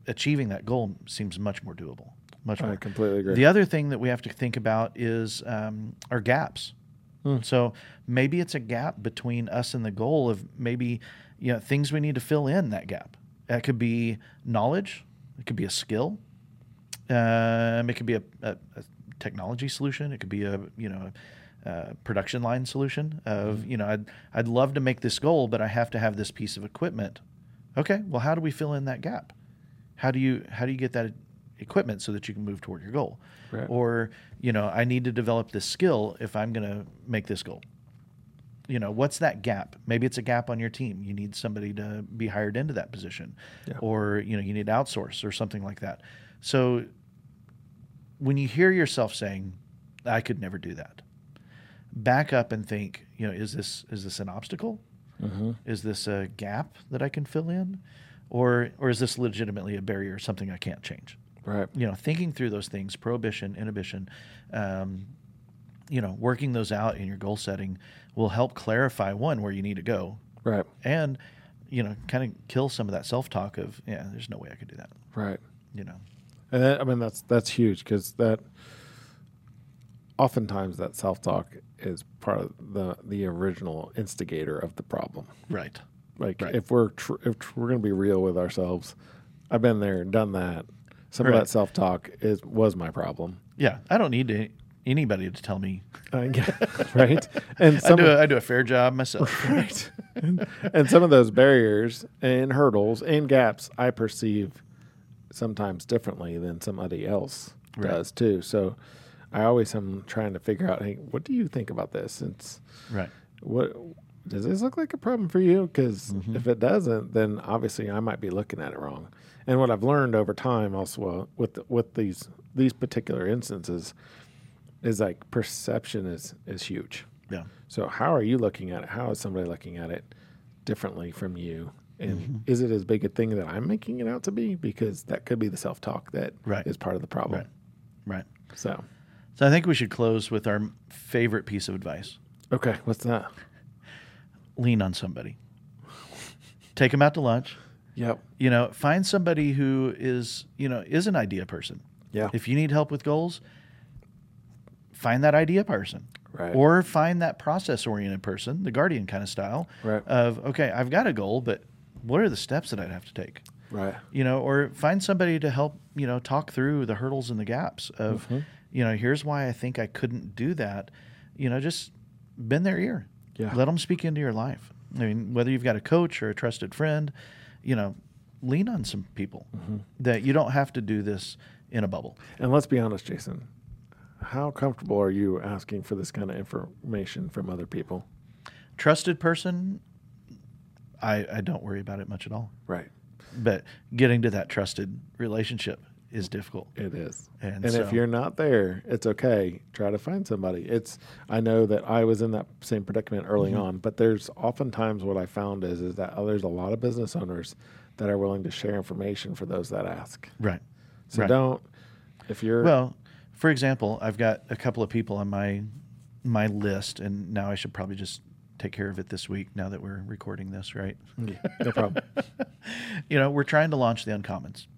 Speaker 2: achieving that goal seems much more doable much more
Speaker 1: I completely agree.
Speaker 2: the other thing that we have to think about is um, our gaps. So maybe it's a gap between us and the goal of maybe you know things we need to fill in that gap. That could be knowledge. It could be a skill. Um, it could be a, a, a technology solution. It could be a you know a, uh production line solution of you know I'd I'd love to make this goal, but I have to have this piece of equipment. Okay, well, how do we fill in that gap? How do you how do you get that equipment so that you can move toward your goal?
Speaker 1: Right.
Speaker 2: Or you know I need to develop this skill if I'm going to make this goal. You know what's that gap? Maybe it's a gap on your team. You need somebody to be hired into that position,
Speaker 1: Yeah.
Speaker 2: or you know you need to outsource or something like that. So when you hear yourself saying, "I could never do that," back up and think, you know, is this is this an obstacle?
Speaker 1: Mm-hmm.
Speaker 2: Is this a gap that I can fill in, or or is this legitimately a barrier, something I can't change?
Speaker 1: Right.
Speaker 2: You know, thinking through those things, prohibition, inhibition, um, you know, working those out in your goal setting will help clarify one where you need to go,
Speaker 1: Right.
Speaker 2: and you know, kind of kill some of that self talk of yeah, there's no way I could do that.
Speaker 1: Right.
Speaker 2: You know,
Speaker 1: And that, I mean that's that's huge because that oftentimes that self talk is part of the the original instigator of the problem.
Speaker 2: right,
Speaker 1: Like
Speaker 2: Right.
Speaker 1: if we're tr- if tr- we're going to be real with ourselves, I've been there, done that. Some
Speaker 2: Right.
Speaker 1: of that self talk is was my problem.
Speaker 2: yeah, I don't need to anybody to tell me.
Speaker 1: I guess, right? And
Speaker 2: I
Speaker 1: some
Speaker 2: do, a, I do a fair job myself.
Speaker 1: right. and, and some of those barriers and hurdles and gaps I perceive sometimes differently than somebody else
Speaker 2: Right.
Speaker 1: does too. So I always am trying to figure out, hey, what do you think about this? It's
Speaker 2: right.
Speaker 1: what does this look like a problem for you? Because
Speaker 2: Mm-hmm.
Speaker 1: if it doesn't, then obviously I might be looking at it wrong. And what I've learned over time, also uh, with with these these particular instances, is like perception is is huge.
Speaker 2: Yeah.
Speaker 1: So how are you looking at it? How is somebody looking at it differently from you? And
Speaker 2: Mm-hmm.
Speaker 1: is it as big a thing that I'm making it out to be? Because that could be the self talk that is
Speaker 2: Right.
Speaker 1: part of the problem.
Speaker 2: Right. Right.
Speaker 1: So
Speaker 2: So I think we should close with our favorite piece of advice.
Speaker 1: okay, what's that?
Speaker 2: Lean on somebody. Take them out to lunch.
Speaker 1: Yep.
Speaker 2: You know, find somebody who is, you know, is an idea person.
Speaker 1: Yeah.
Speaker 2: If you need help with goals, find that idea person.
Speaker 1: Right.
Speaker 2: Or find that process oriented person, the guardian kind of style
Speaker 1: Right.
Speaker 2: of, okay, I've got a goal, but what are the steps that I'd have to take?
Speaker 1: right.
Speaker 2: you know, or find somebody to help, you know, talk through the hurdles and the gaps of,
Speaker 1: Mm-hmm.
Speaker 2: you know, here's why I think I couldn't do that. You know, just bend their ear.
Speaker 1: Yeah.
Speaker 2: Let them speak into your life. I mean, whether you've got a coach or a trusted friend, you know, lean on some people
Speaker 1: Mm-hmm.
Speaker 2: that you don't have to do this in a bubble.
Speaker 1: And let's be honest, Jason. How comfortable are you asking for this kind of information from other people?
Speaker 2: Trusted person, I, I don't worry about it much at all.
Speaker 1: Right.
Speaker 2: But getting to that trusted relationship is difficult.
Speaker 1: It is.
Speaker 2: And
Speaker 1: And,
Speaker 2: so-
Speaker 1: if you're not there, it's okay. Try to find somebody. It's I know that I was in that same predicament early
Speaker 2: Mm-hmm.
Speaker 1: on, but there's oftentimes what I found is is that oh, there's a lot of business owners that are willing to share information for those that ask.
Speaker 2: Right.
Speaker 1: So
Speaker 2: Right.
Speaker 1: don't if you're
Speaker 2: Well, for example, I've got a couple of people on my my list, and now I should probably just take care of it this week. Now that we're recording this, right?
Speaker 1: Yeah, no problem.
Speaker 2: You know, we're trying to launch the Uncommons,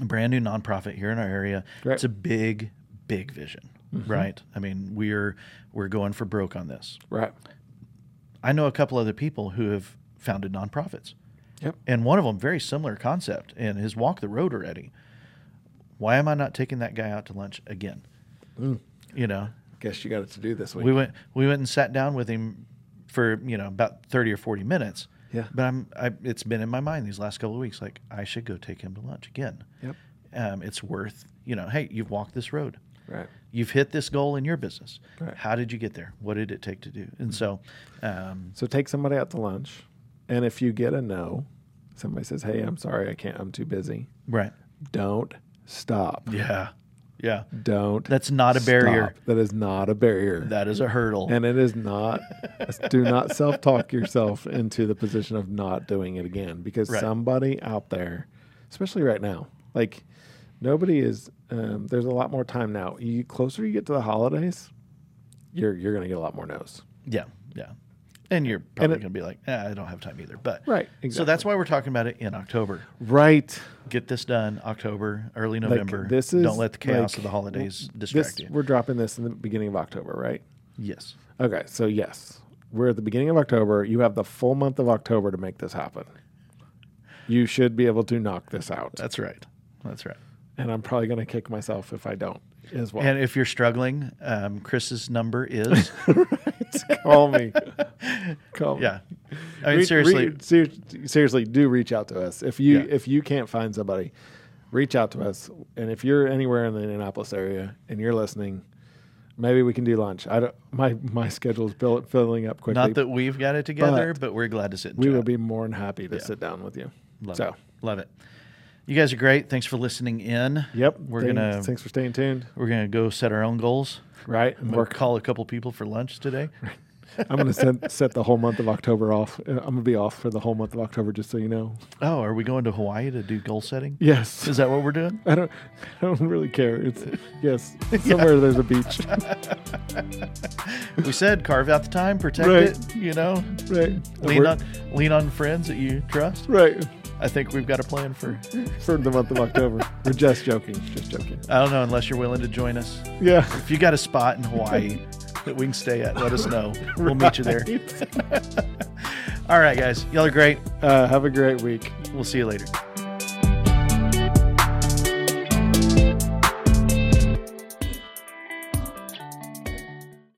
Speaker 2: a brand new nonprofit here in our area.
Speaker 1: Right.
Speaker 2: It's a big, big vision, right? I mean, we're we're going for broke on this.
Speaker 1: right.
Speaker 2: I know a couple other people who have founded nonprofits.
Speaker 1: Yep.
Speaker 2: And one of them, very similar concept, and has walked the road already. Why am I not taking that guy out to lunch again? You know,
Speaker 1: Guess you got it to do this week.
Speaker 2: we went we went and sat down with him for you know about 30 or 40 minutes
Speaker 1: Yeah.
Speaker 2: but i'm I, it's been in my mind these last couple of weeks like i should go take him to lunch again
Speaker 1: Yep.
Speaker 2: um, it's worth you know hey you've walked this road
Speaker 1: Right.
Speaker 2: you've hit this goal in your business
Speaker 1: Right. Mm-hmm.
Speaker 2: how did you get there what did it take to do and so um,
Speaker 1: So take somebody out to lunch, and if you get a no, somebody says, "Hey, I'm sorry, I can't. I'm too busy."
Speaker 2: right
Speaker 1: Don't stop.
Speaker 2: yeah yeah
Speaker 1: Don't.
Speaker 2: that's not a barrier
Speaker 1: stop. That is not a barrier.
Speaker 2: that is a hurdle
Speaker 1: and it is not. do not self-talk yourself into the position of not doing it again, because
Speaker 2: Right.
Speaker 1: somebody out there, especially right now, like nobody is. Um, there's a lot more time now. You closer you get to the holidays, you're you're gonna get a lot more no's.
Speaker 2: yeah yeah and you're probably
Speaker 1: it-
Speaker 2: going to be like eh, i don't have time either but
Speaker 1: Right.
Speaker 2: so that's why we're talking about it in october
Speaker 1: right.
Speaker 2: get this done October, early November.
Speaker 1: this
Speaker 2: don't
Speaker 1: is,
Speaker 2: let the chaos
Speaker 1: like,
Speaker 2: of the holidays distract
Speaker 1: This,
Speaker 2: you.
Speaker 1: we're dropping this in the beginning of October, right?
Speaker 2: Yes.
Speaker 1: Okay, so yes, we're at the beginning of October. You have the full month of October to make this happen. You should be able to knock this out.
Speaker 2: That's right. That's right.
Speaker 1: And I'm probably going to kick myself if I don't as well.
Speaker 2: And if you're struggling, um, Chris's number is
Speaker 1: Call me. Call me.
Speaker 2: yeah. I mean
Speaker 1: Re-
Speaker 2: seriously,
Speaker 1: re- ser- seriously, do reach out to us. If you
Speaker 2: Yeah.
Speaker 1: if you can't find somebody, reach out to us. And if you're anywhere in the Indianapolis area and you're listening, maybe we can do lunch. I don't. My my schedule is fill- filling up quickly.
Speaker 2: not that we've got it together, but, we're glad to sit. And
Speaker 1: we
Speaker 2: chat.
Speaker 1: will be more than happy to sit down with you.
Speaker 2: Love
Speaker 1: so.
Speaker 2: it. Love it. You guys are great. Thanks for listening in.
Speaker 1: Yep.
Speaker 2: We're
Speaker 1: Thanks-
Speaker 2: gonna
Speaker 1: Thanks for staying tuned.
Speaker 2: we're gonna go set our own goals.
Speaker 1: Right.
Speaker 2: We're gonna call a couple people for lunch today.
Speaker 1: I'm gonna set, set the whole month of October off. Uh, I'm gonna be off for the whole month of October, just so you know.
Speaker 2: Oh, are we going to Hawaii to do goal setting?
Speaker 1: Yes.
Speaker 2: Is that what we're doing?
Speaker 1: I don't. I don't really care. It's yes. Somewhere there's a beach.
Speaker 2: We said carve out the time, protect
Speaker 1: Right.
Speaker 2: it. You know,
Speaker 1: Right.
Speaker 2: lean
Speaker 1: We're-
Speaker 2: on lean on friends that you trust.
Speaker 1: Right.
Speaker 2: I think we've got a plan for.
Speaker 1: For the month of October. We're just joking. Just joking.
Speaker 2: I don't know unless you're willing to join us.
Speaker 1: Yeah.
Speaker 2: If you got a spot in Hawaii that we can stay at, let us know. We'll meet you there. All right, guys, y'all are great.
Speaker 1: Uh, have a great week.
Speaker 2: We'll see you later.